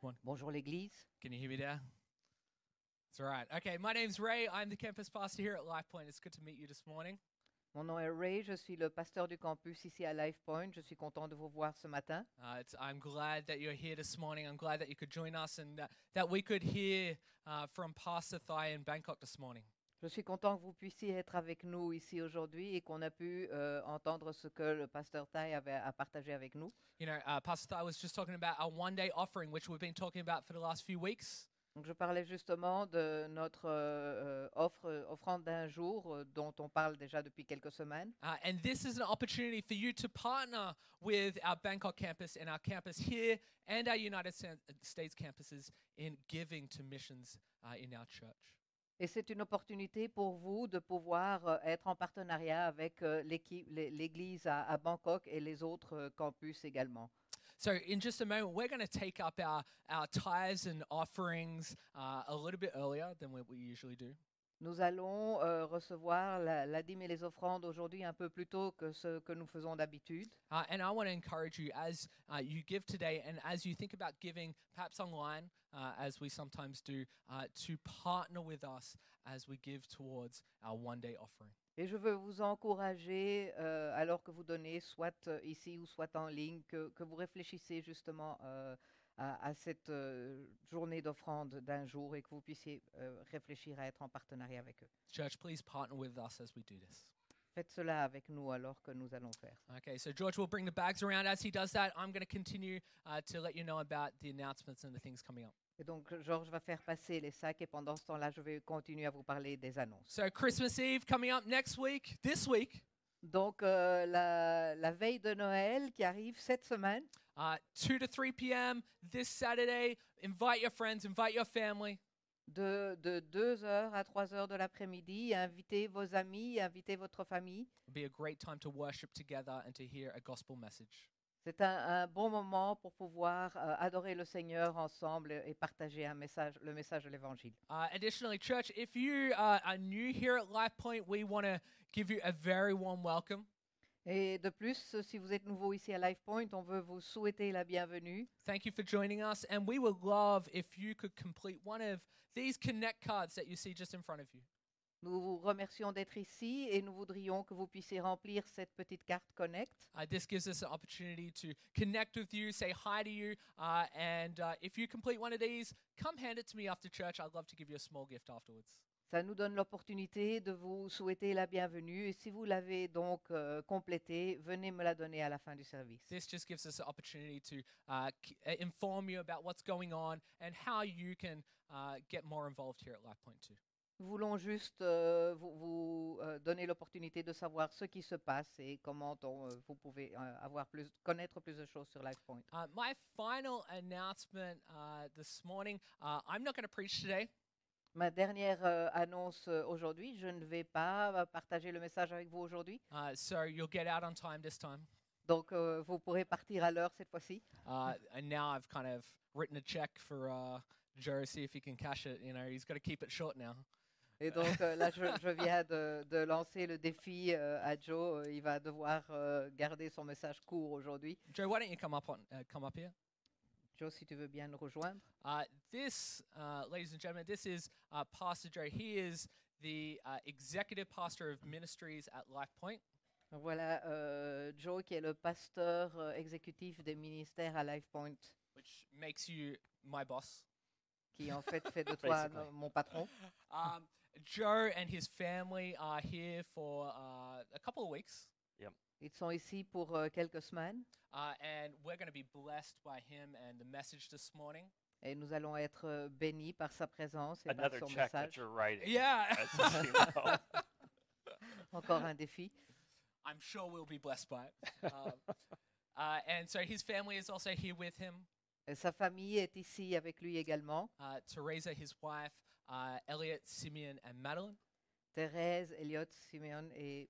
one. Bonjour l'Église. Can you hear me there? It's all right. Okay, my name's Ray. I'm the campus pastor here at LifePoint. It's good to meet you this morning. Mon nom est Ray, je suis le pasteur du campus ici à Life Point. Je suis content de vous voir ce matin. Uh, it's, I'm glad that you're here this morning. I'm glad that you could join us and that, that we could hear uh, from Pastor Thai in Bangkok this morning. Je suis content que vous puissiez être avec nous ici aujourd'hui et qu'on a pu euh, entendre ce que le pasteur Thay avait à partager avec nous. You know, uh, Pastor Thai was just talking about our one day offering, which we've been talking about for the last few weeks. Donc, je parlais justement de notre euh, euh, offre, euh, offrande d'un jour euh, dont on parle déjà depuis quelques semaines. Uh, and this is an opportunity for you to partner with our Bangkok campus and our campus here and our United Sa- States campuses in giving to missions uh, in our church. Et c'est une opportunité pour vous de pouvoir euh, être en partenariat avec euh, l'équipe- l'é- l'Église à, à Bangkok et les autres euh, campus également. So, in just a moment, we're going to take up our, our tithes and offerings uh, a little bit earlier than what we usually do. Nous allons euh, recevoir la, la dîme et les offrandes aujourd'hui un peu plus tôt que ce que nous faisons d'habitude. Uh, and I want to encourage you as uh, you give today and as you think about giving, perhaps online, uh, as we sometimes do, uh, to partner with us as we give towards our one day offering. Et je veux vous encourager, euh, alors que vous donnez, soit euh, ici ou soit en ligne, que, que vous réfléchissez justement euh, à, à cette euh, journée d'offrande d'un jour et que vous puissiez euh, réfléchir à être en partenariat avec eux. Church, please partner with us as we do this. Faites cela avec nous alors que nous allons faire. Okay, so George will bring the bags around. As he does that, I'm going to continue uh, to let you know about the announcements and the things coming up. Et donc, Georges va faire passer les sacs et pendant ce temps-là, je vais continuer à vous parler des annonces. So, Christmas Eve coming up next week, this week, Donc, euh, la, la veille de Noël qui arrive cette semaine, uh, 2 to 3 p.m. this Saturday. Invite your friends, invite your family. de, de 2h à 3h de l'après-midi, invitez vos amis, invitez votre famille. It'll be a great time to worship together and to hear a gospel message. C'est un, un bon moment pour pouvoir euh, adorer le Seigneur ensemble et partager un message, le message de l'Évangile. Uh, additionally, church, if you uh, are new here at Life Point, we want to give you a very warm welcome. Et de plus, si vous êtes nouveau ici à LifePoint, on veut vous souhaiter la bienvenue. Thank you for joining us, and we would love if you could complete one of these connect cards that you see just in front of you. Nous vous remercions d'être ici et nous voudrions que vous puissiez remplir cette petite carte Connect. Uh, this gives us an opportunity to connect with you, say hi to you, uh, and uh, if you complete one of these, come hand it to me after church. I'd love to give you a small gift afterwards. Ça nous donne l'opportunité de vous souhaiter la bienvenue et si vous l'avez donc euh, complétée, venez me la donner à la fin du service. This just gives us an opportunity to uh, c- uh, inform you about what's going on and how you can uh, get more involved here at LifePoint too. Nous voulons juste euh, vous, vous, euh, donner l'opportunité de savoir ce qui se passe et comment on, euh, vous pouvez euh, avoir plus, connaître plus de choses sur LifePoint. Uh, my final announcement uh, this morning uh, I'm not going to preach today. Ma dernière euh, annonce euh, aujourd'hui, je ne vais pas euh, partager le message avec vous aujourd'hui, Uh, so you'll get out on time this time. donc euh, vous pourrez partir à l'heure cette fois-ci. Uh, and now I've kind of written a check for uh, Joe, see if he can cash it. You know, he's got to keep it short now. Et donc euh, là, je, je viens de, de lancer le défi euh, à Joe. euh, Il va devoir euh, garder son message court aujourd'hui. Joe, why don't you come up on uh, come up here? Joe, si tu veux bien nous rejoindre. Uh, this, uh, ladies and gentlemen, this is uh, Pastor Joe. He is the uh, executive pastor of ministries at Life Point. Donc Voilà euh, Joe qui est le pasteur euh, exécutif des ministères à LifePoint, which makes you my boss. qui en fait fait de toi Basically. no- mon patron. Um, Joe and his family are here for uh, a couple of weeks, Ils sont ici pour euh, quelques semaines uh, and we're going to be blessed by him and the message this morning. et nous allons être euh, bénis par sa présence et par Another son check that message. you're writing. Yeah, That's just, you Oh, know. Encore un défi. I'm sure we'll be blessed by it. Um, uh, and so his family is also here with him. Et sa famille est ici avec lui également. Uh, Teresa, his wife, uh, Elliot, Simeon, and Madeline. Thérèse, Elliot, Simeon et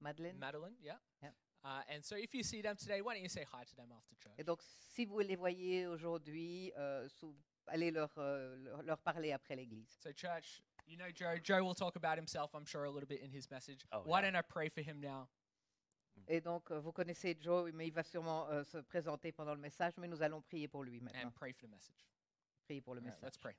Madeleine. Madeline, yeah. Yep. Uh, and so if you see them today, why don't you say hi to them after Et church? donc, si vous les voyez aujourd'hui, euh, sou- allez leur, euh, leur, leur parler après l'église. So church, you know Joe. Joe will talk about himself, I'm sure, a little bit in his message. Oh, why yeah. don't I pray for him now? Et donc, euh, vous connaissez Joe, mais il va sûrement euh, se présenter pendant le message, mais nous allons prier pour lui maintenant. and pray for the message. Prier pour le All right, message. let's pray.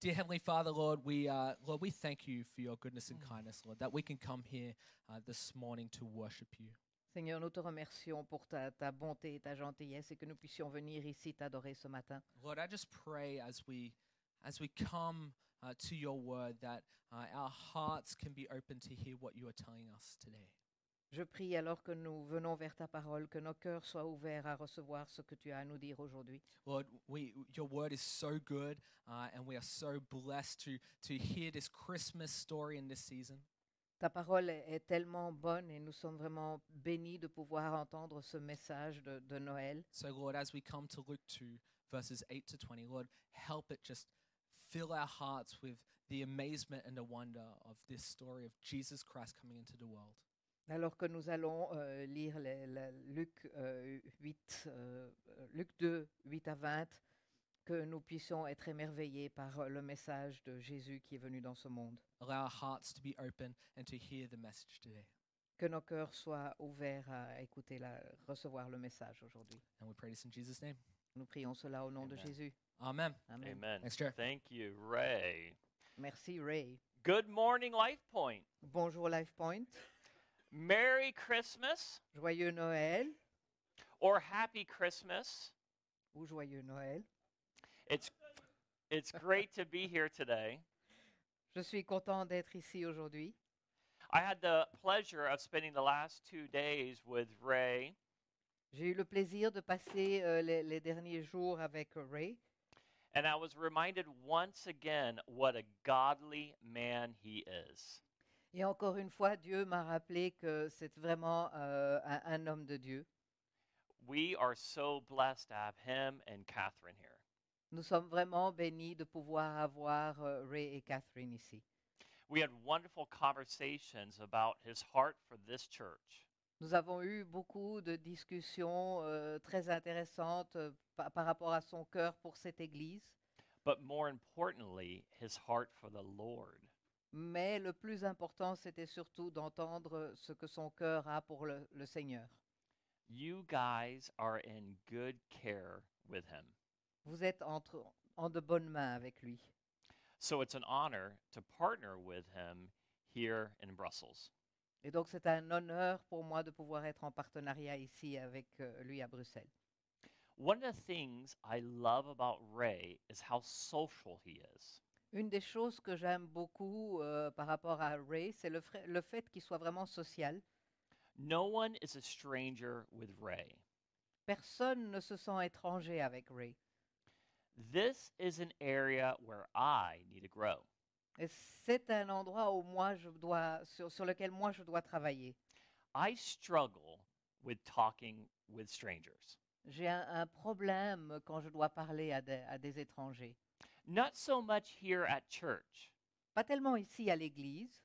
Dear Heavenly Father, Lord, we uh, Lord, we thank you for your goodness and kindness, Lord, that we can come here uh, this morning to worship you. Seigneur, nous te remercions pour ta, ta bonté et ta gentillesse et que nous puissions venir ici t'adorer ce matin. Lord, I just pray as we as we come uh, to your word that uh, our hearts can be open to hear what you are telling us today. Je prie alors que nous venons vers ta parole, que nos cœurs soient ouverts à recevoir ce que tu as à nous dire aujourd'hui. Lord, we your word is so good, uh, and we are so blessed to to hear this Christmas story in this season. Ta parole est, est tellement bonne et nous sommes vraiment bénis de pouvoir entendre ce message de, de Noël. So, Lord, as we come to Luke 2, verses 8 to 20, Lord, help it just fill our hearts with the amazement and the wonder of this story of Jesus Christ coming into the world. Alors que nous allons euh, lire les- la- Luc, euh, 8, euh, euh, Luc 2, 8 à 20, que nous puissions être émerveillés par euh, le message de Jésus qui est venu dans ce monde. Allow our hearts to be open and to hear the message today. Que nos cœurs soient ouverts à écouter, la, recevoir le message aujourd'hui. And we pray this in Jesus' name. Nous prions cela au nom de Amen. Jésus. Amen. Amen. Amen. Thanks, Jared. Thank you, Ray. Merci Ray. Good morning, Life Point. Bonjour LifePoint. Merry Christmas Joyeux Noël or Happy Christmas. ou joyeux Noël. It's it's great to be here today. Je suis content d'être ici aujourd'hui. I had the pleasure of spending the last two days with Ray, J'ai eu le plaisir de passer euh, les, les derniers jours avec Ray and I was reminded once again what a godly man he is. et encore une fois, Dieu m'a rappelé que c'est vraiment euh, un, un homme de Dieu. We are so blessed to have him and Catherine here. Nous sommes vraiment bénis de pouvoir avoir euh, Ray et Catherine ici. We had wonderful conversations about his heart for this church. Nous avons eu beaucoup de discussions euh, très intéressantes euh, pa- par rapport à son cœur pour cette Église, but more importantly, his heart for the Lord. mais le plus important, c'était surtout d'entendre ce que son cœur a pour le- le Seigneur. You guys are in good care with him. Vous êtes entre, en de bonnes mains avec lui. So it's an honor to partner with him here in Brussels. Et donc, c'est un honneur pour moi de pouvoir être en partenariat ici avec euh, lui à Bruxelles. One of the things I love about Ray is how social he is. Une des choses que j'aime beaucoup euh, par rapport à Ray, c'est le, frai- le fait qu'il soit vraiment social. No one is a stranger with Ray. Personne ne se sent étranger avec Ray. This is an area where I need to grow. Et c'est un endroit où moi je dois, sur, sur lequel moi je dois travailler. I struggle with talking with strangers. J'ai un, un problème quand je dois parler à des, à des étrangers. Not so much here at church, Pas tellement ici à l'église,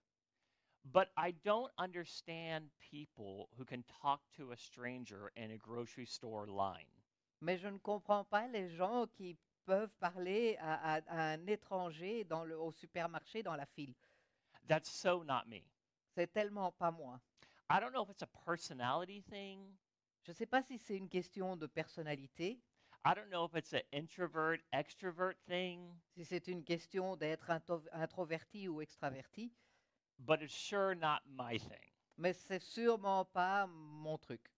But I don't understand people who can talk to a stranger in a grocery store line. mais je ne comprends pas les gens qui peuvent parler à, à- à un étranger dans le, au supermarché dans la file. That's so not me. C'est tellement pas moi. I don't know if it's a personality thing. Je ne sais pas si c'est une question de personnalité, I don't know if it's an introvert, extrovert thing, si c'est une question d'être intro- introverti ou extraverti, but it's sure not my thing. mais c'est sûrement pas mon truc.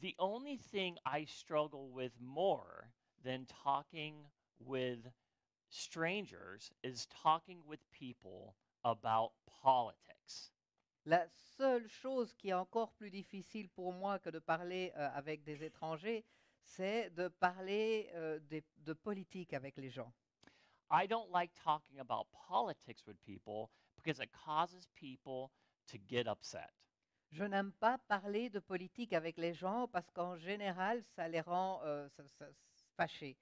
The only thing I struggle with more than talking with strangers is talking with people about politics. La seule chose qui est encore plus difficile pour moi que de parler euh, avec des étrangers, c'est de parler euh, des- de politique avec les gens. I don't like talking about politics with people because it causes people to get upset. Je n'aime pas parler de politique avec les gens parce qu'en général, ça les rend euh, ça- ça- fâchés.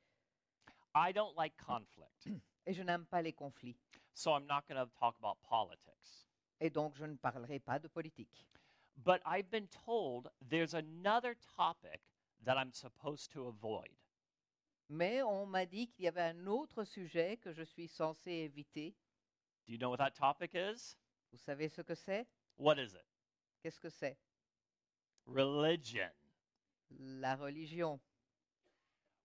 I don't like conflict, Et je n'aime pas les conflits. so I'm not going to talk about politics. Et donc, je ne parlerai pas de politique. But I've been told there's another topic that I'm supposed to avoid. Mais on m'a dit qu'il y avait un autre sujet que je suis censé éviter. Do you know what that topic is? Vous savez ce que c'est What is it? Qu'est-ce que c'est Religion. La religion.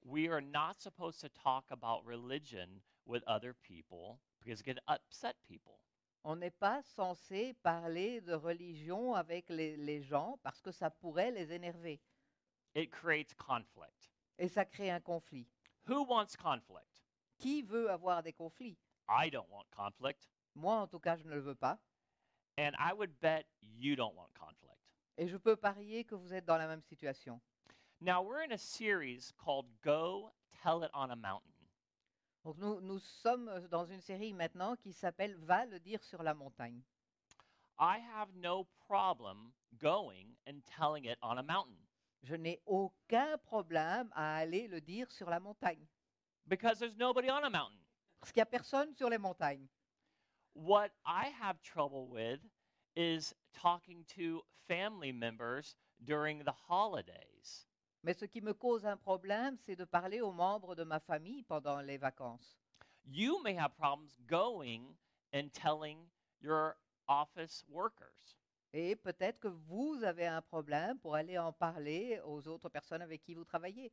We are not supposed to talk about religion with other people because it can upset people. On n'est pas censé parler de religion avec les, les gens parce que ça pourrait les énerver. It creates conflict. Et ça crée un conflit. Who wants conflict? Qui veut avoir des conflits I don't want conflict. Moi, en tout cas, je ne le veux pas. And I would bet you don't want conflict. Et je peux parier que vous êtes dans la même situation. Now, we're in a series called Go Tell It on a Mountain. Donc nous, nous sommes euh, dans une série maintenant qui s'appelle Va le dire sur la montagne. I have no problem going and telling it on a mountain Je n'ai aucun problème à aller le dire sur la montagne. because there's nobody on a mountain. Parce qu'il n'y a personne sur les montagnes. What I have trouble with is talking to family members during the holidays. Mais ce qui me cause un problème, c'est de parler aux membres de ma famille pendant les vacances. You may have problems going and telling your office workers. Et peut-être que vous avez un problème pour aller en parler aux autres personnes avec qui vous travaillez.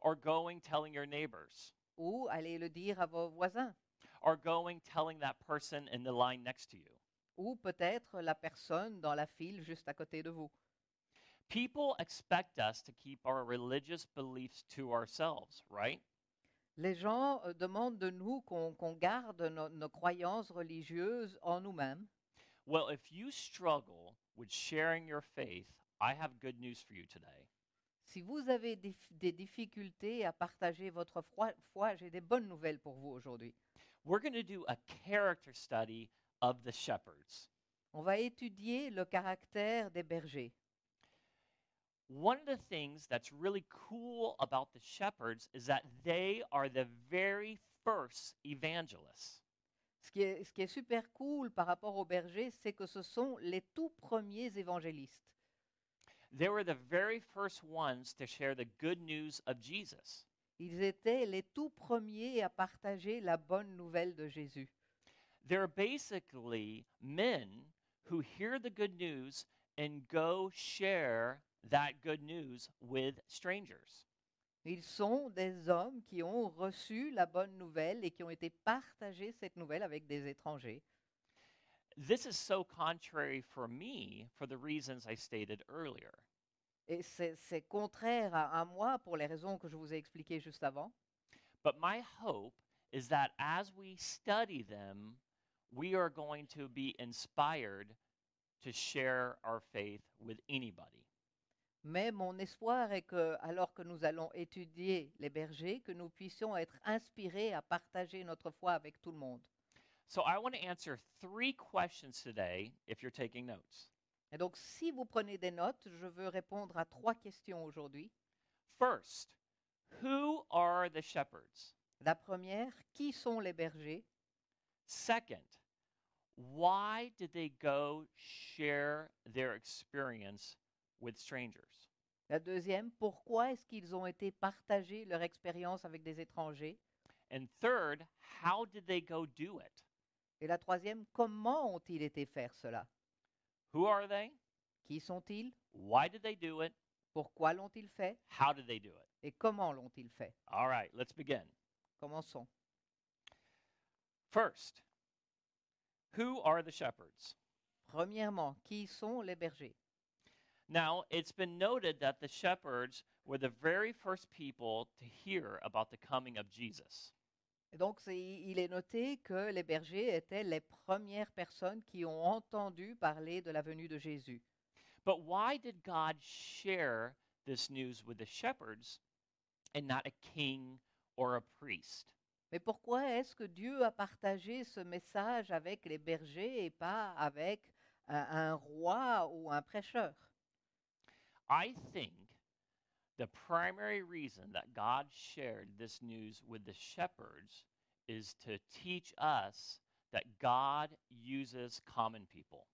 or going telling your neighbors, Ou aller le dire à vos voisins. or going telling that person in the line next to you. Ou peut-être la personne dans la file juste à côté de vous. People expect us to keep our religious beliefs to ourselves, right? Les gens euh, demandent de nous qu'on qu'on garde no- nos croyances religieuses en nous-mêmes. Well, if you struggle with sharing your faith, I have good news for you today. Si vous avez des, f- des difficultés à partager votre froi- foi, j'ai des bonnes nouvelles pour vous aujourd'hui. We're going to do a character study of the shepherds. On va étudier le caractère des bergers. One of the things that's really cool about the shepherds is that they are the very first evangelists. Ce qui, est, ce qui est super cool par rapport aux bergers, c'est que ce sont les tout premiers évangélistes. They were the very first ones to share the good news of Jesus. Ils étaient les tout premiers à partager la bonne nouvelle de Jésus. They're basically men who hear the good news and go share that good news with strangers. Ils sont des hommes qui ont reçu la bonne nouvelle et qui ont été partagés cette nouvelle avec des étrangers. This is so contrary for me for the reasons I stated earlier. Et c'est c'est contraire à, à moi pour les raisons que je vous ai expliquées juste avant. But my hope is that as we study them, we are going to be inspired to share our faith with anybody. Mais mon espoir est que, alors que nous allons étudier les bergers, que nous puissions être inspirés à partager notre foi avec tout le monde. So I want to answer three questions today if you're taking notes. Et donc, si vous prenez des notes, je veux répondre à trois questions aujourd'hui. First, who are the shepherds? La première, qui sont les bergers Second, why did they go share their experience with strangers? La deuxième, pourquoi est-ce qu'ils ont été partagés leur expérience avec des étrangers And third, how did they go do it? Et la troisième, comment ont-ils été faire cela Who are they? Qui sont-ils Why did they do it? Pourquoi l'ont-ils fait How did they do it? Et comment l'ont-ils fait All right, let's begin. Commençons. First, who are the shepherds? Premièrement, qui sont les bergers Now, it's been noted that the shepherds were the very first people to hear about the coming of Jesus. Et Donc, c'est- il est noté que les bergers étaient les premières personnes qui ont entendu parler de la venue de Jésus. But why did God share this news with the shepherds and not a king or a priest? Mais pourquoi est-ce que Dieu a partagé ce message avec les bergers et pas avec un, un roi ou un prêcheur I think the primary reason that God shared this news with the shepherds is to teach us that God uses common people.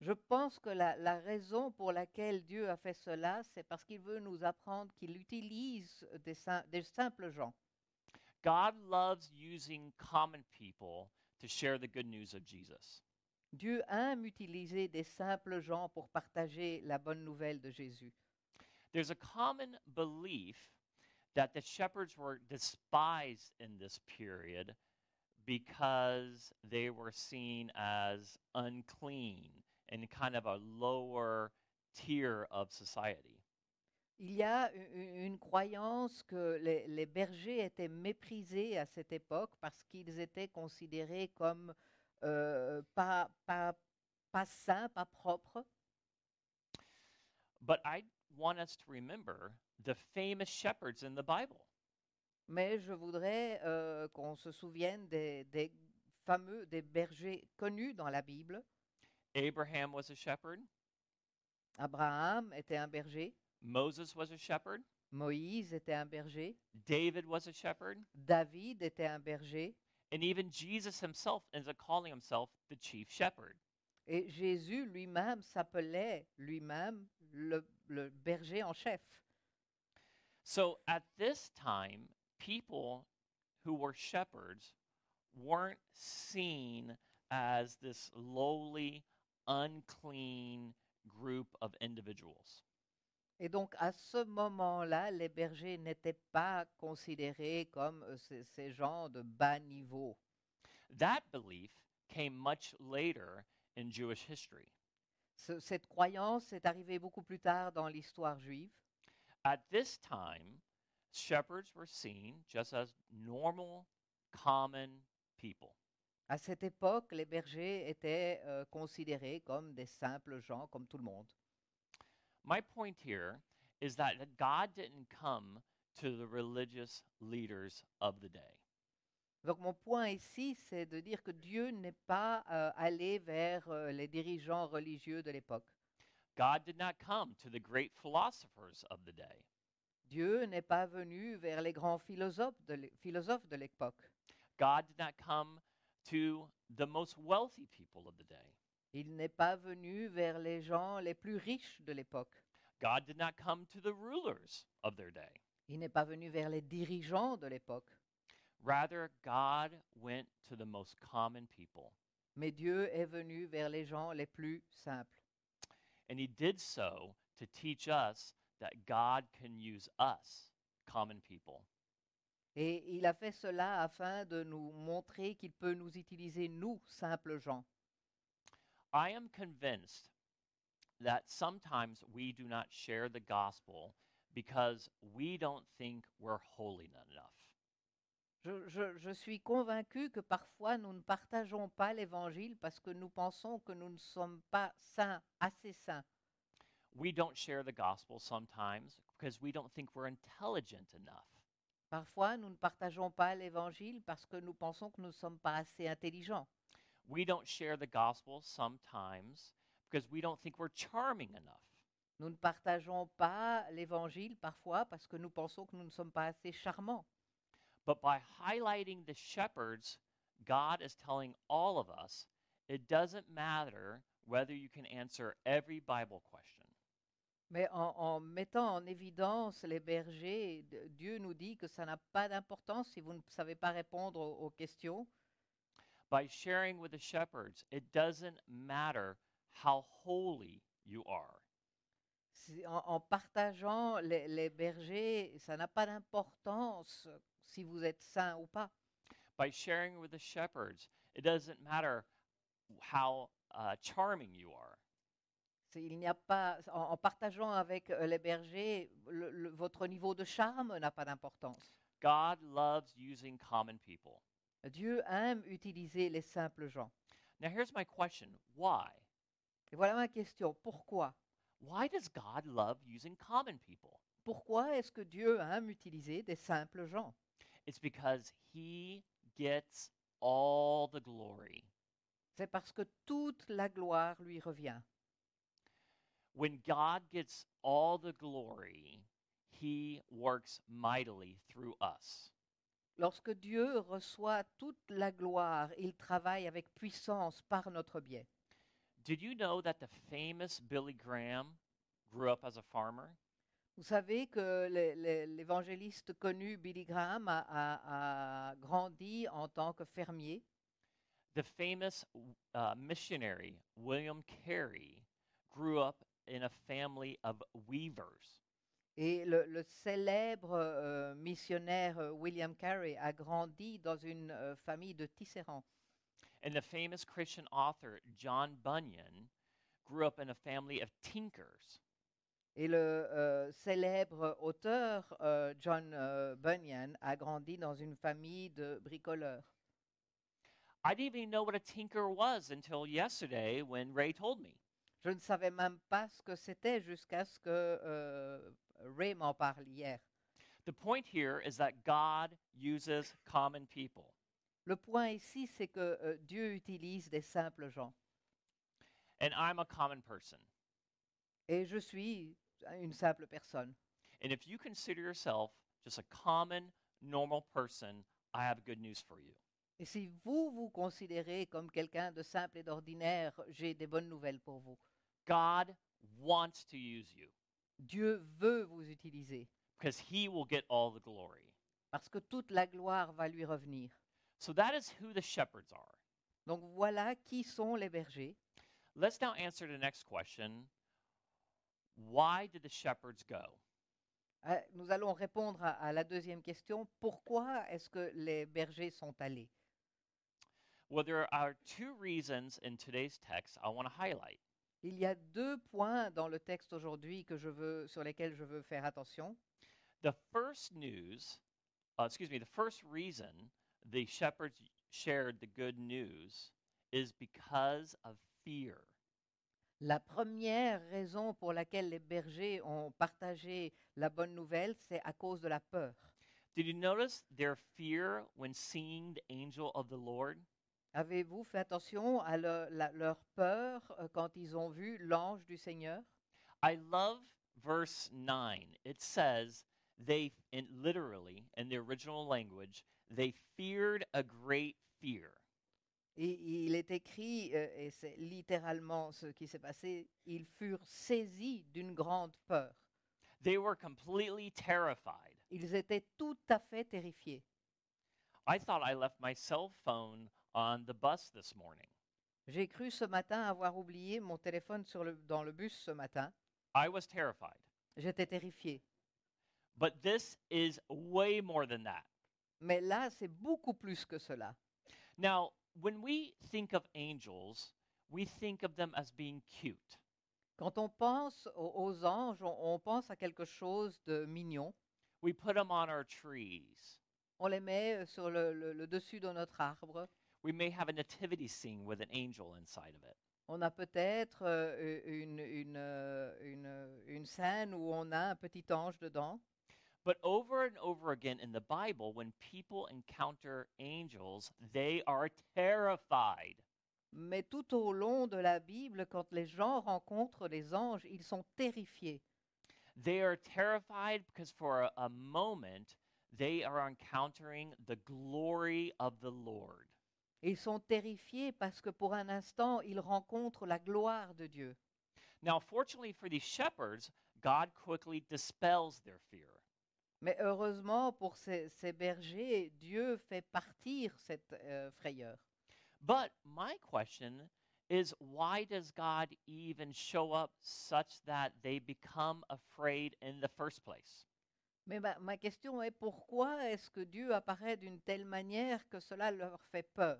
Je pense que la, la raison pour laquelle Dieu a fait cela, c'est parce qu'il veut nous apprendre qu'il utilise des, sim- des simples gens. God loves using common people to share the good news of Jesus. Dieu aime utiliser des simples gens pour partager la bonne nouvelle de Jésus. There's a common belief that the shepherds were despised in this period because they were seen as unclean and kind of a lower tier of society. Il y a u- u- une croyance que les, les bergers étaient méprisés à cette époque parce qu'ils étaient considérés comme euh, pas, pas, pas saints, pas propres. But I want us to remember the famous shepherds in the Bible. Mais je voudrais euh, qu'on se souvienne des, des fameux, des bergers connus dans la Bible. Abraham was a shepherd, Abraham était un berger, Moses was a shepherd, Moïse était un berger, David was a shepherd, David était un berger, and even Jesus himself ends up calling himself the chief shepherd. et Jésus lui-même s'appelait lui-même le, le berger en chef. So at this time, people who were shepherds weren't seen as this lowly, unclean group of individuals. Et donc à ce moment-là, les bergers n'étaient pas considérés comme euh, ces, ces gens de bas niveau. That belief came much later in Jewish history. Ce- cette croyance est arrivée beaucoup plus tard dans l'histoire juive. At this time, shepherds were seen just as normal, common people. À cette époque, les bergers étaient euh, considérés comme des simples gens, comme tout le monde. My point here is that God didn't come to the religious leaders of the day. Donc mon point ici, c'est de dire que Dieu n'est pas euh, allé vers euh, les dirigeants religieux de l'époque. God did not come to the great philosophers of the day. Dieu n'est pas venu vers les grands philosophes de l'é- philosophes de l'époque. God did not come to the most wealthy people of the day. Il n'est pas venu vers les gens les plus riches de l'époque. God did not come to the rulers of their day. Il n'est pas venu vers les dirigeants de l'époque. Rather, God went to the most common people. Mais Dieu est venu vers les gens les plus simples. And he did so to teach us that God can use us, common people. Et il a fait cela afin de nous montrer qu'il peut nous utiliser, nous, simples gens. I am convinced that sometimes we do not share the gospel because we don't think we're holy enough. Je, je- je suis convaincu que parfois nous ne partageons pas l'évangile parce que nous pensons que nous ne sommes pas saints, assez saints. we don't share the gospel sometimes because we don't think we're intelligent enough. Parfois nous ne partageons pas l'évangile parce que nous pensons que nous ne sommes pas assez intelligents. We don't share the gospel sometimes because we don't think we're charming enough. Nous ne partageons pas l'évangile parfois parce que nous pensons que nous ne sommes pas assez charmants. But by highlighting the shepherds, God is telling all of us it doesn't matter whether you can answer every Bible question. Mais en, en mettant en évidence les bergers, d- Dieu nous dit que ça n'a pas d'importance si vous ne savez pas répondre aux- aux questions. By sharing with the shepherds, it doesn't matter how holy you are. C'est- En, en partageant les, les bergers, ça n'a pas d'importance si vous êtes saint ou pas. by sharing with the shepherds. It doesn't matter how uh, charming you are. C'est- Il n'y a pas, en, en partageant avec euh, les bergers, le- le- votre niveau de charme n'a pas d'importance. God loves using common people. Dieu aime utiliser les simples gens. Now, here's my question why? Et voilà ma question. Pourquoi Why does God love using common people? Pourquoi est-ce que Dieu aime utiliser des simples gens It's because He gets all the glory. C'est parce que toute la gloire lui revient. When God gets all the glory, He works mightily through us. Lorsque Dieu reçoit toute la gloire, il travaille avec puissance par notre biais. Did you know that the famous Billy Graham grew up as a farmer? Vous savez que le- le- l'évangéliste connu Billy Graham a, a- a grandi en tant que fermier. The famous uh, missionary William Carey grew up in a family of weavers. Et le, le célèbre euh, missionnaire euh, William Carey a grandi dans une euh, famille de tisserands. And the famous Christian author John Bunyan grew up in a family of tinkers. Et le euh, célèbre auteur euh, John euh, Bunyan a grandi dans une famille de bricoleurs. I didn't even know what a tinker was until yesterday when Ray told me. Je ne savais même pas ce que c'était jusqu'à ce que euh, Ray m'en parle hier. The point here is that God uses common people. Le point ici, c'est que euh, Dieu utilise des simples gens. And I'm a common person. Et je suis une simple personne. And if you consider yourself just a common, normal person, I have good news for you. Et si vous vous considérez comme quelqu'un de simple et d'ordinaire, j'ai des bonnes nouvelles pour vous. God wants to use you Dieu veut vous utiliser because he will get all the glory. parce que toute la gloire va lui revenir. So that is who the shepherds are. Donc voilà qui sont les bergers. Let's now answer the next question Why did the shepherds go? Euh, Nous allons répondre à, à la deuxième question. Pourquoi est-ce que les bergers sont allés Well, there are two reasons in today's text I want to highlight. Il y a deux points dans le texte aujourd'hui que je veux, sur lesquels je veux faire attention. The first news, uh, excuse me, the first reason the shepherds shared the good news is because of fear. La première raison pour laquelle les bergers ont partagé la bonne nouvelle, c'est à cause de la peur. Did you notice their fear when seeing the angel of the Lord? Avez-vous fait attention à le- la- leur peur euh, quand ils ont vu l'ange du Seigneur I love verse 9. It says, they, and literally, in the original language, they feared a great fear. Et il est écrit, euh, et c'est littéralement ce qui s'est passé, ils furent saisis d'une grande peur. They were completely terrified. Ils étaient tout à fait terrifiés. I thought I left my cell phone on the bus this morning. J'ai cru ce matin avoir oublié mon téléphone sur le- dans le bus ce matin. I was terrified. J'étais terrifié. But this is way more than that. Mais là, c'est beaucoup plus que cela. Now, when we think of angels, we think of them as being cute. Quand on pense au- aux, anges, on, on pense à quelque chose de mignon. We put them on our trees. On les met euh, sur le- le- le dessus de notre arbre. We may have a nativity scene with an angel inside of it. On a peut-être euh, u- une, une, euh, une, euh, une scène où on a un petit ange dedans, But over and over again in the Bible, when people encounter angels, they are terrified. mais tout au long de la Bible, quand les gens rencontrent les anges, ils sont terrifiés. They are terrified because for a, a moment, they are encountering the glory of the Lord. Ils sont terrifiés parce que pour un instant, ils rencontrent la gloire de Dieu. Now, fortunately for these shepherds, God quickly dispels their fear. Mais heureusement pour ces, ces bergers, Dieu fait partir cette euh, frayeur. But my question is why does God even show up such that they become afraid in the first place? Mais ma, ma question est pourquoi est-ce que Dieu apparaît d'une telle manière que cela leur fait peur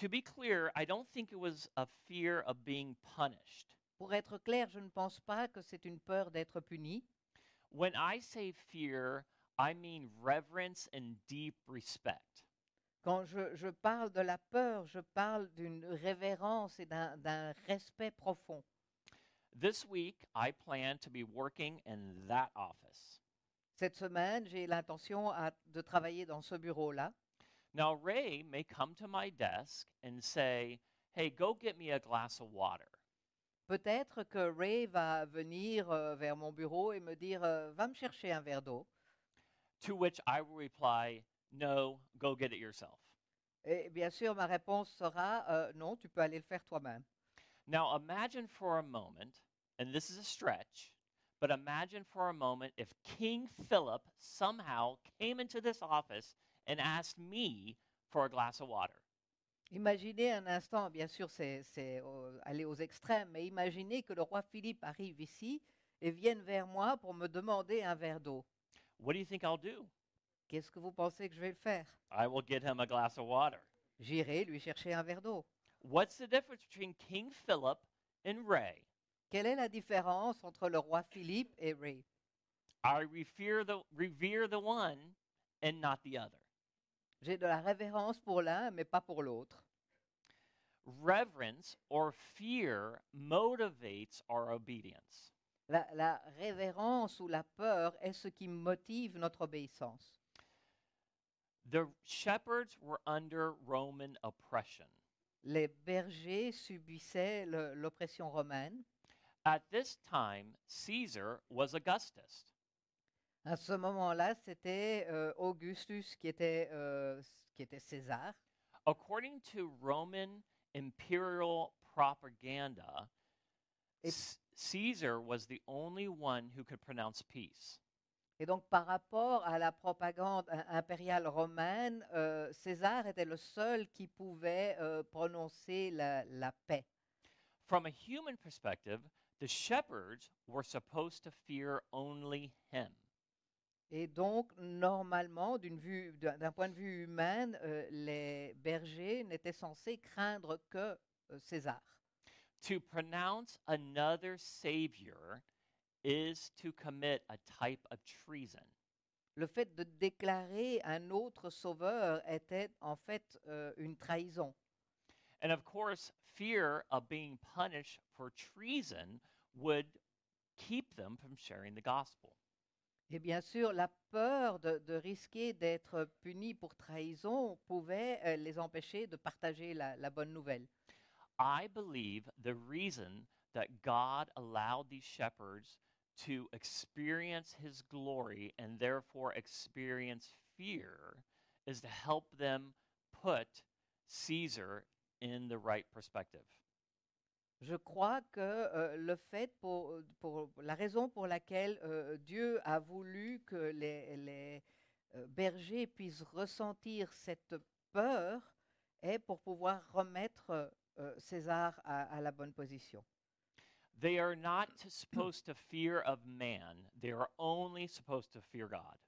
To be clear, I don't think it was a fear of being punished. Pour être clair, je ne pense pas que c'est une peur d'être puni. When I say fear, I mean reverence and deep respect. Quand je, je parle de la peur, je parle d'une révérence et d'un d'un respect profond. This week, I plan to be working in that office. Cette semaine, j'ai l'intention à- de travailler dans ce bureau-là. Now, Ray may come to my desk and say, Hey, go get me a glass of water. Peut-être que Ray va venir euh, vers mon bureau et me dire euh, Va me chercher un verre d'eau. To which I will reply, No, go get it yourself. Et bien sûr, ma réponse sera euh, Non, tu peux aller le faire toi-même. Now, imagine for a moment, and this is a stretch, but imagine for a moment if King Philip somehow came into this office and asked me for a glass of water. Imaginez un instant, bien sûr, c'est c'est, euh, aller aux extrêmes, mais imaginez que le roi Philippe arrive ici et vienne vers moi pour me demander un verre d'eau. What do you think I'll do? Qu'est-ce que vous pensez que je vais le faire I will get him a glass of water. J'irai lui chercher un verre d'eau. What's the difference between King Philip and Ray? Quelle est la différence entre le roi Philippe et Ray I revere the, revere the one and not the other. J'ai de la révérence pour l'un, mais pas pour l'autre. Reverence or fear motivates our obedience. La, la révérence ou la peur est ce qui motive notre obéissance. The shepherds were under Roman oppression. Les bergers subissaient le- l'oppression romaine. At this time, Caesar was Augustus. À ce moment-là, c'était euh, Augustus qui était, euh, s- qui était César. According to Roman imperial propaganda, It- S- Caesar was the only one who could pronounce peace. Et donc, par rapport à la propagande im- impériale romaine, euh, César était le seul qui pouvait euh, prononcer la, la paix. From a human perspective, the shepherds were supposed to fear only him. Et donc, normalement, d'une vue- d'un d'un point de vue humain, euh, les bergers n'étaient censés craindre que euh, César. To pronounce another savior is to commit a type of treason. Le fait de déclarer un autre sauveur était en fait euh, une trahison. And of course, fear of being punished for treason would keep them from sharing the gospel. Et bien sûr, la peur de, de risquer d'être puni pour trahison pouvait euh, les empêcher de partager la, la bonne nouvelle. I believe the reason that God allowed these shepherds to experience his glory and therefore experience fear is to help them put Caesar in the right perspective. Je crois que euh, le fait pour, pour- la raison pour laquelle euh, Dieu a voulu que les, les, euh, bergers puissent ressentir cette peur est pour pouvoir remettre euh, César à- à la bonne position. They are not supposed to fear of man, they are only supposed to fear God.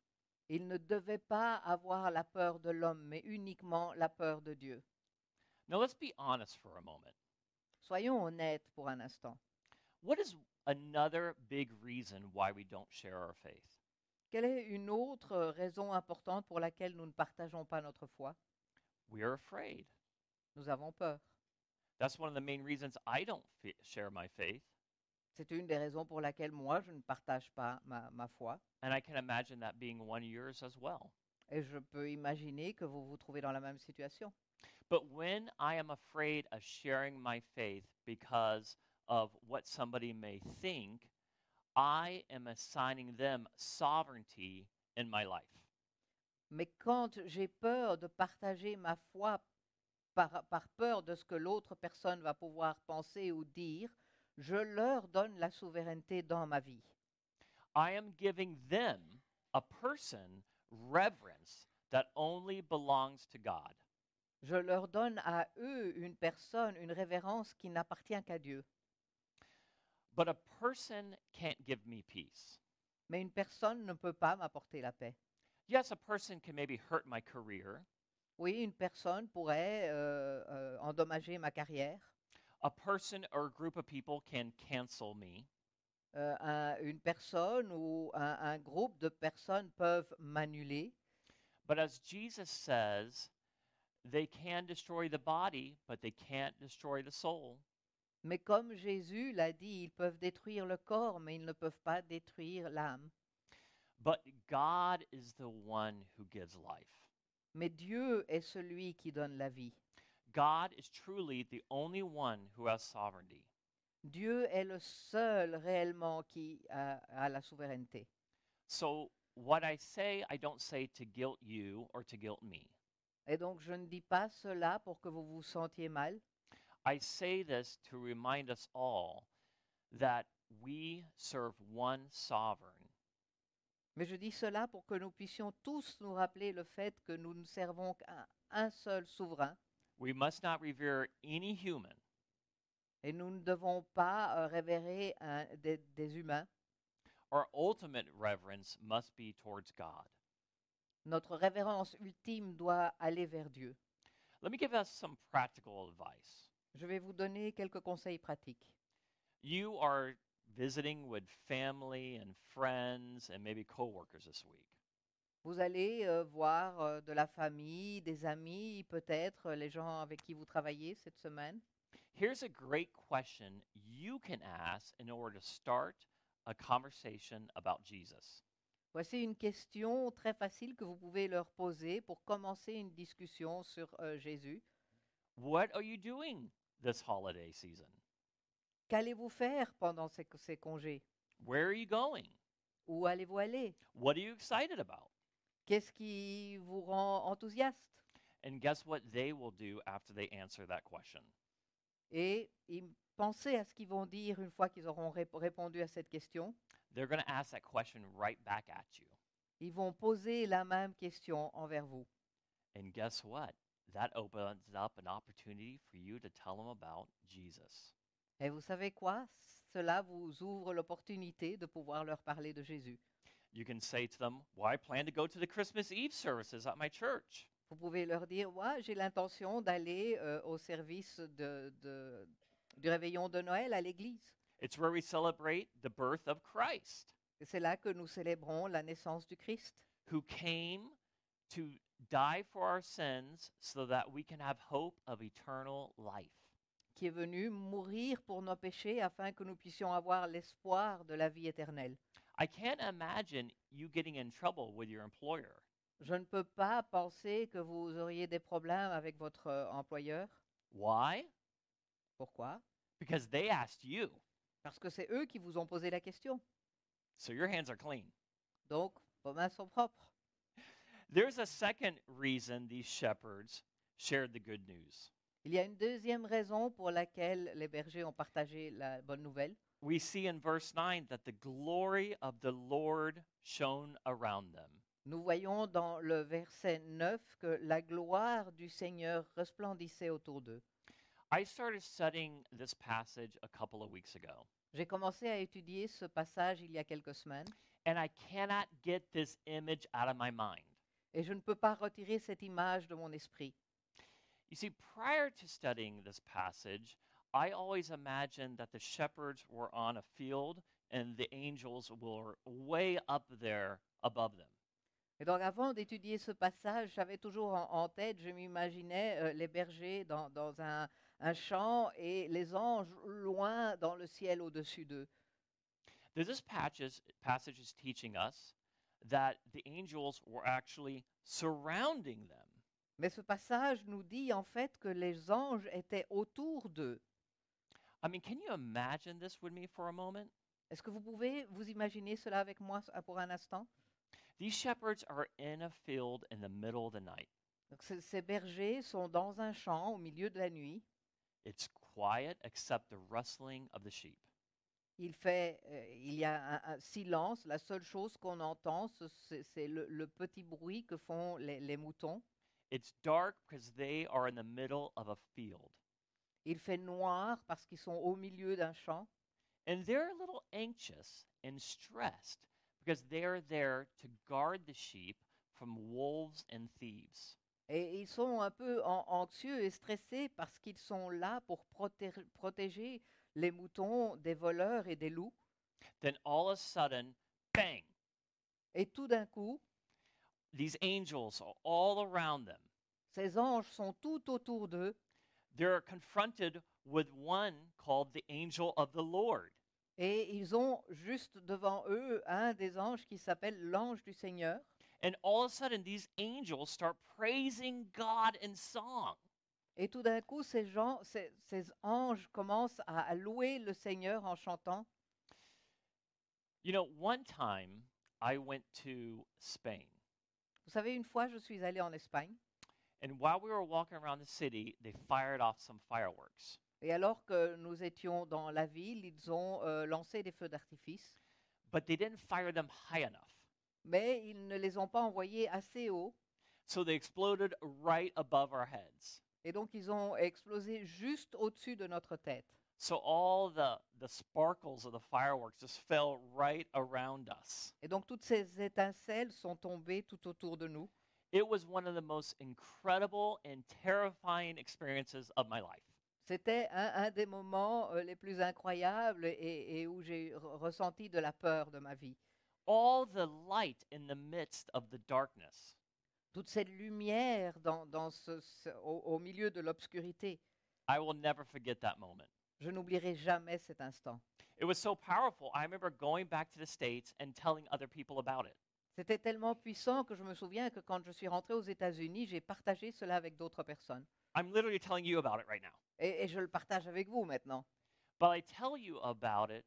Ils ne devaient pas avoir la peur de l'homme, mais uniquement la peur de Dieu. Now let's be honest for a moment. Soyons honnêtes pour un instant. What is another big reason why we don't share our faith? Quelle est une autre euh, raison importante pour laquelle nous ne partageons pas notre foi We're afraid. Nous avons peur. That's one of the main reasons I don't fe- share my faith. C'est une des raisons pour laquelle moi, je ne partage pas ma, ma foi. And I can imagine that being one of yours as well. Et je peux imaginer que vous vous trouvez dans la même situation. But when I am afraid of sharing my faith because of what somebody may think, I am assigning them sovereignty in my life. Mais quand j'ai peur de partager ma foi par, par peur de ce que l'autre personne va pouvoir penser ou dire, je leur donne la souveraineté dans ma vie. I am giving them, a person, reverence that only belongs to God. Je leur donne à eux une personne, une révérence qui n'appartient qu'à Dieu. But a person can't give me peace. Mais une personne ne peut pas m'apporter la paix. Yes, a person can maybe hurt my career. Oui, une personne pourrait euh, euh, endommager ma carrière. A person or a group of people can cancel me. Euh, un- une personne ou un, un groupe de personnes peuvent m'annuler. But as Jesus says, they can destroy the body, but they can't destroy the soul. Mais comme Jésus l'a dit, ils peuvent détruire le corps, mais ils ne peuvent pas détruire l'âme. But God is the one who gives life. Mais Dieu est celui qui donne la vie. God is truly the only one who has sovereignty. Dieu est le seul réellement qui a, a la souveraineté. So, what I say, I don't say to guilt you or to guilt me. Et donc je ne dis pas cela pour que vous vous sentiez mal. I say this to remind us all that we serve one sovereign Mais je dis cela pour que nous puissions tous nous rappeler le fait que nous ne servons qu'à un seul souverain We must not revere any human, Et nous ne devons pas euh, révérer un- des, des humains. our ultimate reverence must be towards God. Notre révérence ultime doit aller vers Dieu. Let me give us some practical advice. Je vais vous donner quelques conseils pratiques. You are visiting with family and friends and maybe coworkers this week. Vous allez euh, voir euh, de la famille, des amis, peut-être euh, les gens avec qui vous travaillez cette semaine. Here's a great question you can ask in order to start a conversation about Jesus. Voici une question très facile que vous pouvez leur poser pour commencer une discussion sur euh, Jésus. What are you doing this holiday season? Qu'allez-vous faire pendant ces, ces congés Where are you going? Où allez-vous aller What are you excited about? Qu'est-ce qui vous rend enthousiaste And guess what they will do after they answer that question? Et im- pensez à ce qu'ils vont dire une fois qu'ils auront rép- répondu à cette question. They're going to ask that question right back at you. Ils vont poser la même question envers vous. And guess what? That opens up an opportunity for you to tell them about Jesus. Et vous savez quoi Cela vous ouvre l'opportunité de pouvoir leur parler de Jésus. You can say to them, Well, I plan to go to the Christmas Eve services at my church. Vous pouvez leur dire, ouais, j'ai l'intention d'aller euh, au service de- de- du réveillon de Noël à l'église. It's where we celebrate the birth of Christ, C'est là que nous célébrons la naissance du Christ, who came to die for our sins so that we can have hope of eternal life. qui est venu mourir pour nos péchés afin que nous puissions avoir l'espoir de la vie éternelle. I can't imagine you getting in trouble with your employer. Je ne peux pas penser que vous auriez des problèmes avec votre euh, employeur. Why? Pourquoi Because they asked you. Parce que c'est eux qui vous ont posé la question. So your hands are clean. Donc, vos mains sont propres. There's a second reason these shepherds shared the good news. Il y a une deuxième raison pour laquelle les bergers ont partagé la bonne nouvelle. We see in verse 9 that the glory of the Lord shone around them. Nous voyons dans le verset 9 que la gloire du Seigneur resplendissait autour d'eux. I started studying this passage a couple of weeks ago, J'ai commencé à étudier ce passage il y a quelques semaines and I cannot get this image out of my mind. et je ne peux pas retirer cette image de mon esprit. You see, prior to studying this passage, I always imagined that the shepherds were on a field and the angels were way up there above them. Et donc avant d'étudier ce passage, j'avais toujours en, en tête, je m'imaginais euh, les bergers dans, dans un, un champ et les anges loin dans le ciel au-dessus d'eux. There's this passage, passage is teaching us that the angels were actually surrounding them. Mais ce passage nous dit en fait que les anges étaient autour d'eux. I mean, can you imagine this with me for a moment? Est-ce que vous pouvez vous imaginer cela avec moi s- pour un instant These shepherds are in a field in the middle of the night. Donc, ce- ces bergers sont dans un champ au milieu de la nuit. It's quiet except the rustling of the sheep. Il, fait, euh, il y a un, un silence. La seule chose qu'on entend, ce- c'est c'est le, le petit bruit que font les, les moutons. It's dark because they are in the middle of a field. Il fait noir parce qu'ils sont au milieu d'un champ. And they're a little anxious and stressed because they're there to guard the sheep from wolves and thieves. Et ils sont un peu an- anxieux et stressés parce qu'ils sont là pour protéger- protéger les moutons des voleurs et des loups. Then all of a sudden, bang! Et tout d'un coup, These angels are all around them. ces anges sont tout autour d'eux They're confronted with one called the angel of the Lord. et ils ont juste devant eux un des anges qui s'appelle l'ange du Seigneur. And all of a sudden, these angels start praising God in song. Et tout d'un coup, ces gens, ces, ces anges commencent à, à louer le Seigneur en chantant. You know, one time I went to Spain, Vous savez, une fois, je suis allée en Espagne, and while we were walking around the city, they fired off some fireworks. et alors que nous étions dans la ville, ils ont euh, lancé des feux d'artifice, But they didn't fire them high enough. mais ils ne les ont pas envoyés assez haut, So they exploded right above our heads. Et donc, ils ont explosé juste au-dessus de notre tête. So all the, the sparkles of the fireworks just fell right around us. Et donc, toutes ces étincelles sont tombées tout autour de nous. It was one of the most incredible and terrifying experiences of my life. C'était un, un des moments euh, les plus incroyables et, et où j'ai re- ressenti de la peur de ma vie. All the light in the midst of the darkness. Toute cette lumière dans, dans ce- ce- au, au milieu de l'obscurité. I will never forget that moment. Je n'oublierai jamais cet instant. It was so powerful. I remember going back to the States and telling other people about it. C'était tellement puissant que je me souviens que quand je suis rentrée aux États-Unis, j'ai partagé cela avec d'autres personnes. I'm literally telling you about it right now. Et, et je le partage avec vous maintenant. But I tell you about it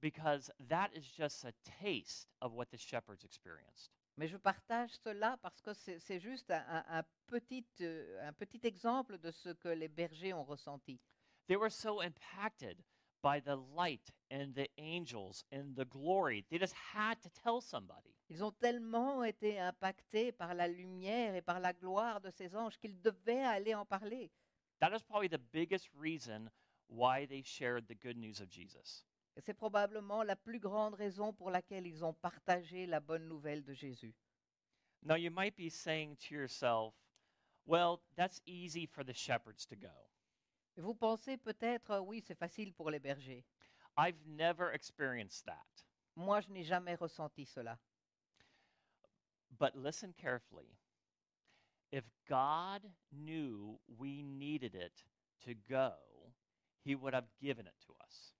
because that is just a taste of what the shepherds experienced. Mais je partage cela parce que c'est c'est juste un, un- un petit, euh, un petit exemple de ce que les bergers ont ressenti. They were so impacted by the light and the angels and the glory. They just had to tell somebody. Ils ont tellement été impactés par la lumière et par la gloire de ces anges qu'ils devaient aller en parler. That is probably the biggest reason why they shared the good news of Jesus. Et C'est probablement la plus grande raison pour laquelle ils ont partagé la bonne nouvelle de Jésus. Now, you might be saying to yourself, well, that's easy for the shepherds to go. Et Vous pensez peut-être, euh, oui, c'est facile pour les bergers. I've never experienced that. Moi, je n'ai jamais ressenti cela. But listen carefully. If God knew we needed it to go, he would have given it to us.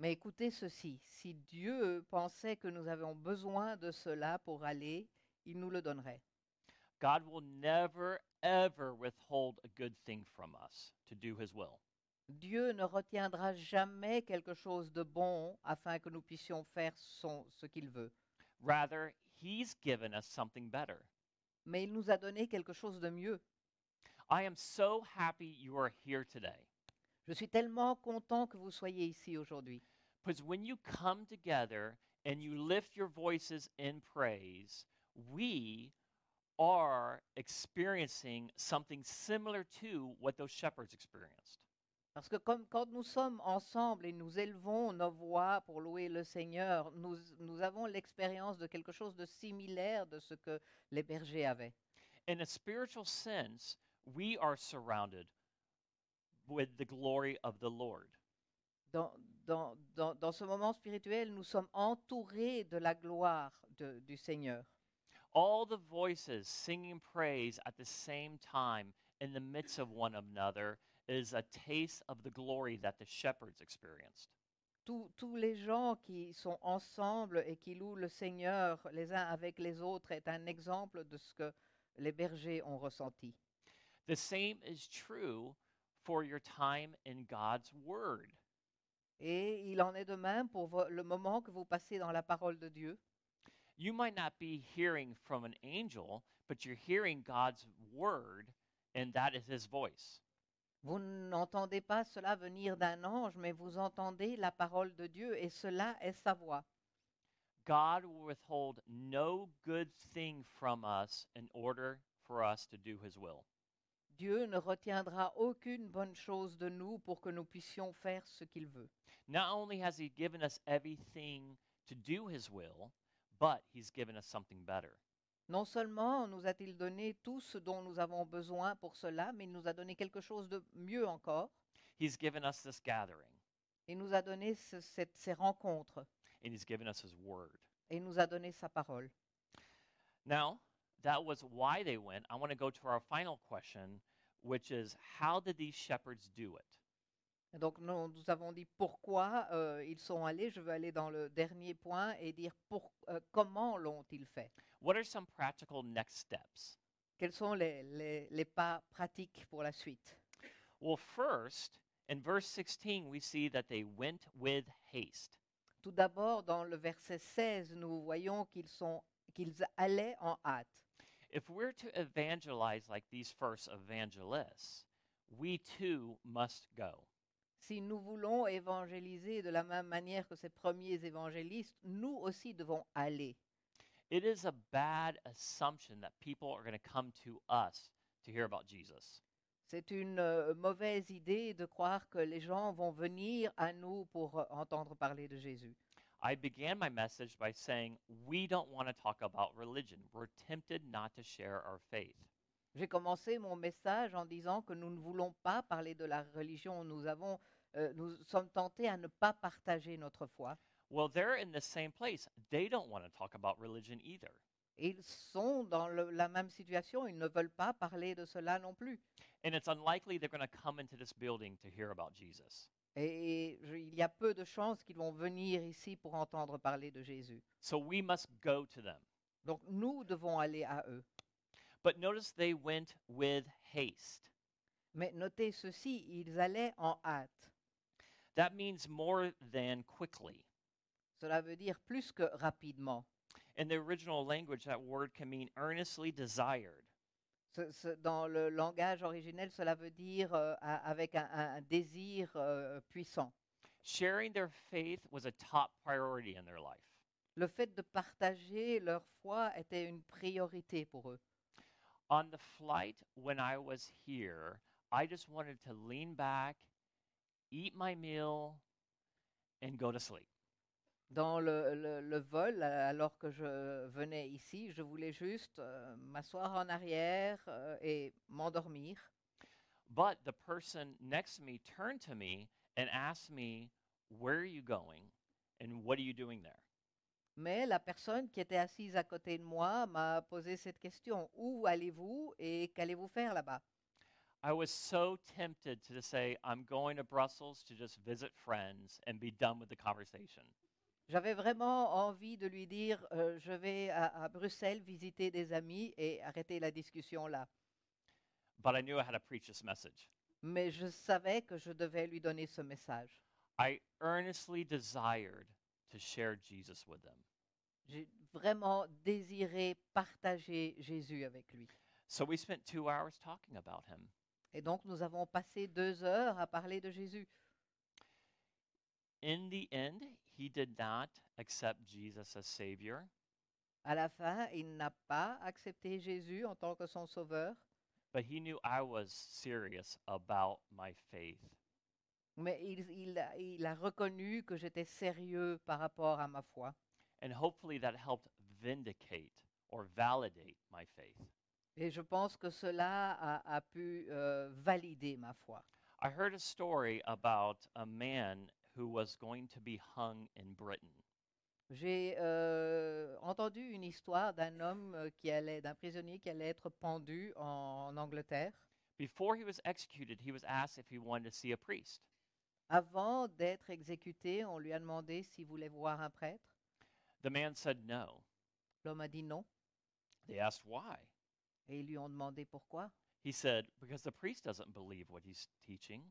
Mais écoutez ceci, si Dieu pensait que nous avions besoin de cela pour aller, il nous le donnerait. God will never, ever withhold a good thing from us to do his will. Dieu ne retiendra jamais quelque chose de bon afin que nous puissions faire son- ce qu'il veut. Rather, he's given us something better. Mais il nous a donné quelque chose de mieux. I am so happy you are here today. Je suis tellement content que vous soyez ici aujourd'hui. Because when you come together and you lift your voices in praise, we are experiencing something similar to what those shepherds experienced. Parce que comme quand nous sommes ensemble et nous élevons nos voix pour louer le Seigneur, nous, nous avons l'expérience de quelque chose de similaire de ce que les bergers avaient. In a spiritual sense, we are surrounded with the glory of the Lord. Dans, dans- dans- dans ce moment spirituel, nous sommes entourés de la gloire de- du Seigneur. All the voices singing praise at the same time in the midst of one another is a taste of the glory that the shepherds experienced. Tous- tous les gens qui sont ensemble et qui louent le Seigneur les uns avec les autres est un exemple de ce que les bergers ont ressenti. The same is true for your time in God's Word. Et il en est de même pour vo- le moment que vous passez dans la parole de Dieu. You might not be hearing from an angel, but you're hearing God's Word, and that is His voice. Vous n'entendez pas cela venir d'un ange, mais vous entendez la parole de Dieu et cela est sa voix. God will withhold no good thing from us in order for us to do His will. Dieu ne retiendra aucune bonne chose de nous pour que nous puissions faire ce qu'il veut. Not only has He given us everything to do His will, but He's given us something better. Non seulement nous a-t-il donné tout ce dont nous avons besoin pour cela, mais il nous a donné quelque chose de mieux encore. He's given us this gathering, Il nous a donné ce- cette- ces rencontres and He's given us His Word. et il nous a donné sa parole. Now, that was why they went. I want to go to our final question, which is how did these shepherds do it? Et Donc nous, nous avons dit pourquoi euh, ils sont allés. Je veux aller dans le dernier point et dire pour- euh, comment l'ont-ils fait. What are some practical next steps? Quels sont les, les- les pas pratiques pour la suite Well, first, in verse 16, we see that they went with haste. Tout d'abord, dans le verset 16, nous voyons qu'ils sont- qu'ils allaient en hâte. If we're to evangelize like these first evangelists, we too must go. Si nous voulons évangéliser de la même manière que ces premiers évangélistes, nous aussi devons aller. It is a bad assumption that people are going to come to us to hear about Jesus. C'est une euh, mauvaise idée de croire que les gens vont venir à nous pour euh, entendre parler de Jésus. I began my message by saying, We don't want to talk about religion. We're tempted not to share our faith. J'ai commencé mon message en disant que nous ne voulons pas parler de la religion. Nous, avons, euh, nous sommes tentés à ne pas partager notre foi. Well, they're in the same place. They don't want to talk about religion either. Et Ils sont dans le- la même situation. Ils ne veulent pas parler de cela non plus. And it's unlikely they're going to come into this building to hear about Jesus. Et, et je- il y a peu de chances qu'ils vont venir ici pour entendre parler de Jésus. So we must go to them. Donc nous devons aller à eux. But notice they went with haste. Mais notez ceci, ils allaient en hâte. That means more than quickly. Cela veut dire plus que rapidement. In the original language, that word can mean earnestly desired. Ce- ce- dans le langage originel, cela veut dire euh, a- avec un, un- un désir euh, puissant. Sharing their faith was a top priority in their life. Le fait de partager leur foi était une priorité pour eux. On the flight when I was here, I just wanted to lean back, eat my meal, and go to sleep. Dans le, le- le vol, euh, alors que je venais ici, je voulais juste euh, m'asseoir en arrière euh, et m'endormir. But the person next to me turned to me and asked me, Where are you going? And what are you doing there? Mais la personne qui était assise à côté de moi m'a posé cette question. Où allez-vous et qu'allez-vous faire là-bas I was so tempted to just say, I'm going to Brussels to just visit friends and be done with the conversation. J'avais vraiment envie de lui dire, euh, je vais à, à Bruxelles visiter des amis et arrêter la discussion là. But I knew I had to preach this message. Mais je savais que je devais lui donner ce message. I earnestly desired to share Jesus with them. J'ai vraiment désiré partager Jésus avec lui. So we spent two hours talking about him. Et donc nous avons passé deux heures à parler de Jésus. In the end, he did not accept Jesus as Savior, À la fin, il n'a pas accepté Jésus en tant que son sauveur, but he knew I was serious about my faith. mais il, il a- il a reconnu que j'étais sérieux par rapport à ma foi. And hopefully that helped vindicate or validate my faith. Et je pense que cela a, a pu euh, valider ma foi. I heard a story about a man who was going to be hung in Britain. J'ai euh, entendu une histoire d'un homme euh, qui allait, d'un prisonnier qui allait être pendu en, Angleterre. Before he was executed, he was asked if he wanted to see a priest. Avant d'être exécuté, on lui a demandé s'il voulait voir un prêtre. The man said no. L'homme a dit non, They asked why. et ils lui ont demandé pourquoi. He said, because the priest doesn't believe what he's teaching.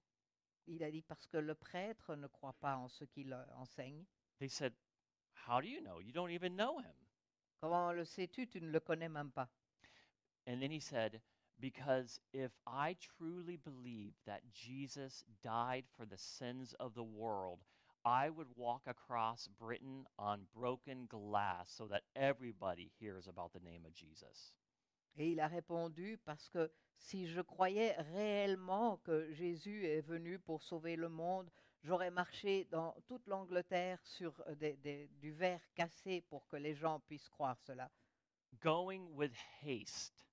Il a dit parce que le prêtre ne croit pas en ce qu'il euh, enseigne. They said, How do you know? You don't even know him. Comment le sais-tu Tu ne le connais même pas. And then he said, Because if I truly believed that Jesus died for the sins of the world, I would walk across Britain on broken glass so that everybody hears about the name of Jesus. Et il a répondu parce que si je croyais réellement que Jésus est venu pour sauver le monde, j'aurais marché dans toute l'Angleterre sur euh, des- des- du verre cassé pour que les gens puissent croire cela. Going with haste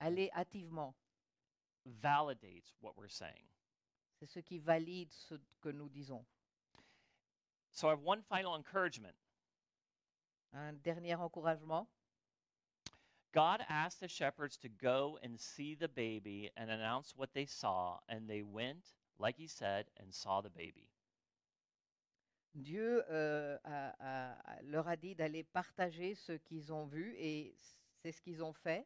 Aller hâtivement, validates what we're saying. c'est ce qui valide ce que nous disons. So I have one final encouragement. Un dernier encouragement. God asked the shepherds to go and see the baby and announce what they saw, and they went, like he said, and saw the baby. Dieu euh, a- a- a- leur a dit d'aller partager ce qu'ils ont vu et c'est ce qu'ils ont fait.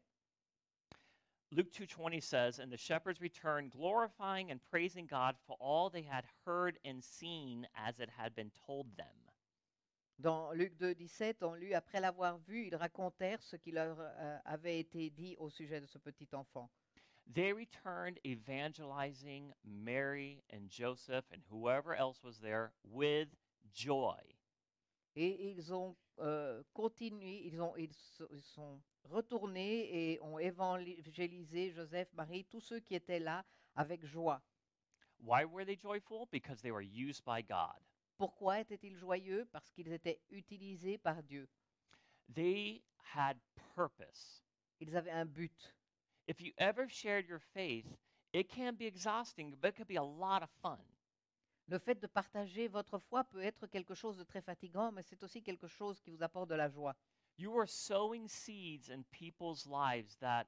Luke 2:20 says, "And the shepherds returned glorifying and praising God for all they had heard and seen as it had been told them." Dans Luc 2, 17, on lut, après l'avoir vu, ils racontèrent ce qui leur euh, avait été dit au sujet de ce petit enfant. They returned evangelizing Mary and Joseph and whoever else was there with joy. Et ils ont euh, continué, ils, ont, ils, so- ils sont retournés et ont évangélisé Joseph, Marie, tous ceux qui étaient là avec joie. Why were they joyful? Because they were used by God. Pourquoi étaient-ils joyeux Parce qu'ils étaient utilisés par Dieu. They had purpose. Ils avaient un but. If you ever shared your faith, it can be exhausting, but it could be a lot of fun. Le fait de partager votre foi peut être quelque chose de très fatigant, mais c'est aussi quelque chose qui vous apporte de la joie. You are sowing seeds in people's lives that,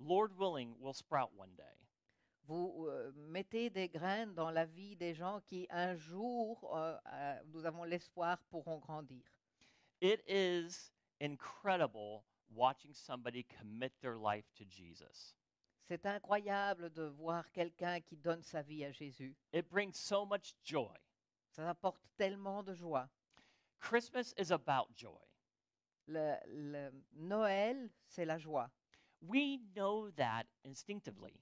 Lord willing, will sprout one day. Vous euh, mettez des graines dans la vie des gens qui un jour, euh, euh, nous avons l'espoir, pourront grandir. It is incredible watching somebody commit their life to Jesus. C'est incroyable de voir quelqu'un qui donne sa vie à Jésus. It brings so much joy. Ça apporte tellement de joie. Christmas is about joy. Le- le Noël, c'est la joie. We know that instinctively.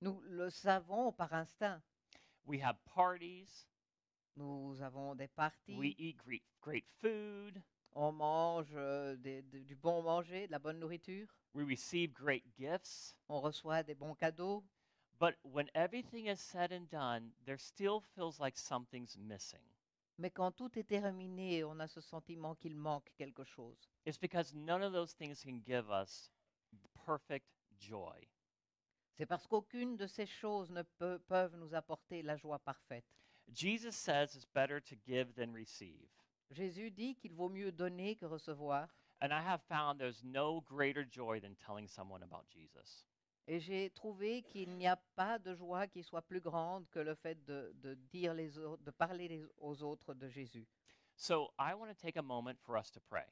Nous le savons par instinct. We have parties, Nous avons des parties, we eat great, great food, on mange euh, des- de- du bon manger, de la bonne nourriture, we receive great gifts. on reçoit des bons cadeaux. But when everything is said and done, there still feels like something's missing. Mais quand tout est terminé, on a ce sentiment qu'il manque quelque chose. It's because none of those things can give us perfect joy. C'est parce qu'aucune de ces choses ne peut, peuvent nous apporter la joie parfaite. Jesus says it's better to give than receive. Jésus dit qu'il vaut mieux donner que recevoir. And I have found there's no greater joy than telling someone about Jesus. Et j'ai trouvé qu'il n'y a pas de joie qui soit plus grande que le fait de, de dire les au- de parler les- aux autres de Jésus. So I want to take a moment for us to pray.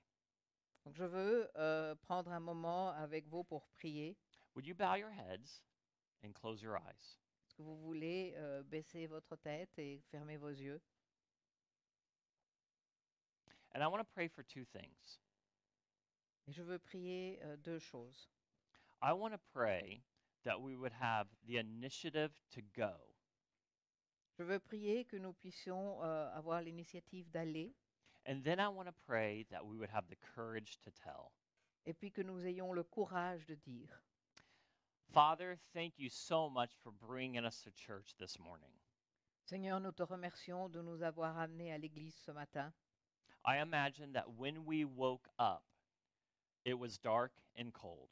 Donc je veux euh, prendre un moment avec vous pour prier. Would you bow your heads and close your eyes? Est-ce que vous voulez euh, baisser votre tête et fermer vos yeux And I want to pray for two things. Et je veux prier euh, deux choses. I want to pray that we would have the initiative to go. Je veux prier que nous puissions euh, avoir l'initiative d'aller And then I want to pray that we would have the courage to tell. et puis que nous ayons le courage de dire. Father, thank you so much for bringing us to church this morning. Seigneur, nous te remercions de nous avoir amenés à l'église ce matin. I imagine that when we woke up, it was dark and cold.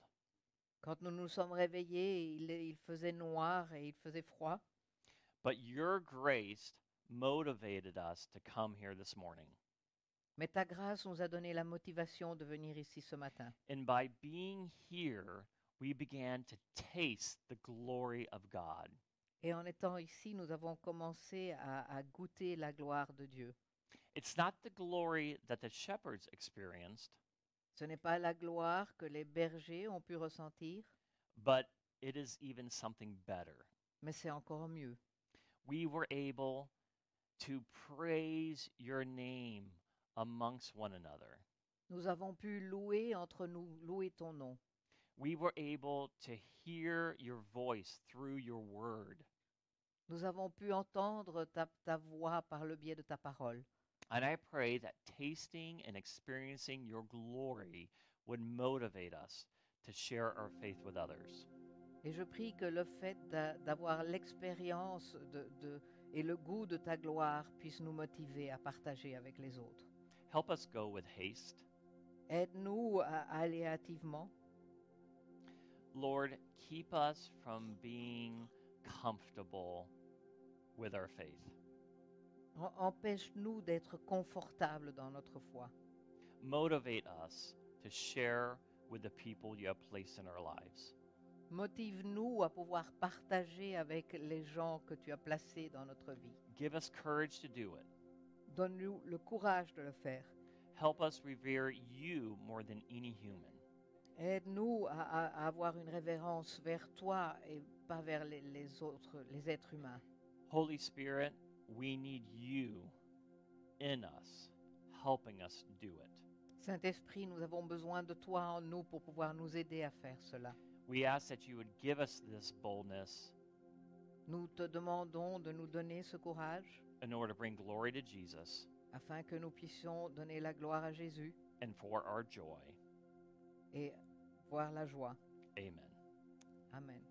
Quand nous nous sommes réveillés, il, il faisait noir et il faisait froid. But your grace motivated us to come here this morning. Mais ta grâce nous a donné la motivation de venir ici ce matin. And by being here, we began to taste the glory of God. Et en étant ici, nous avons commencé à, à goûter la gloire de Dieu. It's not the glory that the shepherds experienced, Ce n'est pas la gloire que les bergers ont pu ressentir, but it is even something better. mais c'est encore mieux. we were able to praise your name amongst one another. Nous avons pu louer entre nous, louer ton nom. We were able to hear your voice through your word. Nous avons pu entendre ta, ta voix par le biais de ta parole. And I pray that tasting and experiencing your glory would motivate us to share our faith with others. Et je prie que le fait d'a- d'avoir l'expérience de- de- et le goût de ta gloire puisse nous motiver à partager avec les autres. Help us go with haste. Aide-nous à- aléativement Lord, keep us from being comfortable with our faith. En- Empêche-nous d'être confortables dans notre foi. Motivate us to share with the people you have placed in our lives. Motive-nous à pouvoir partager avec les gens que tu as placés dans notre vie. Give us courage to do it. Donne-nous le courage de le faire. Help us revere you more than any human. Aide-nous à, à- à avoir une révérence vers toi et pas vers les, les autres, les êtres humains. Holy Spirit, we need you in us, helping us do it. Saint-Esprit, nous avons besoin de toi en nous pour pouvoir nous aider à faire cela. We ask that you would give us this boldness Nous te demandons de nous donner ce courage in order to bring glory to Jesus afin que nous puissions donner la gloire à Jésus and for our joy. et voir la joie. Amen. Amen.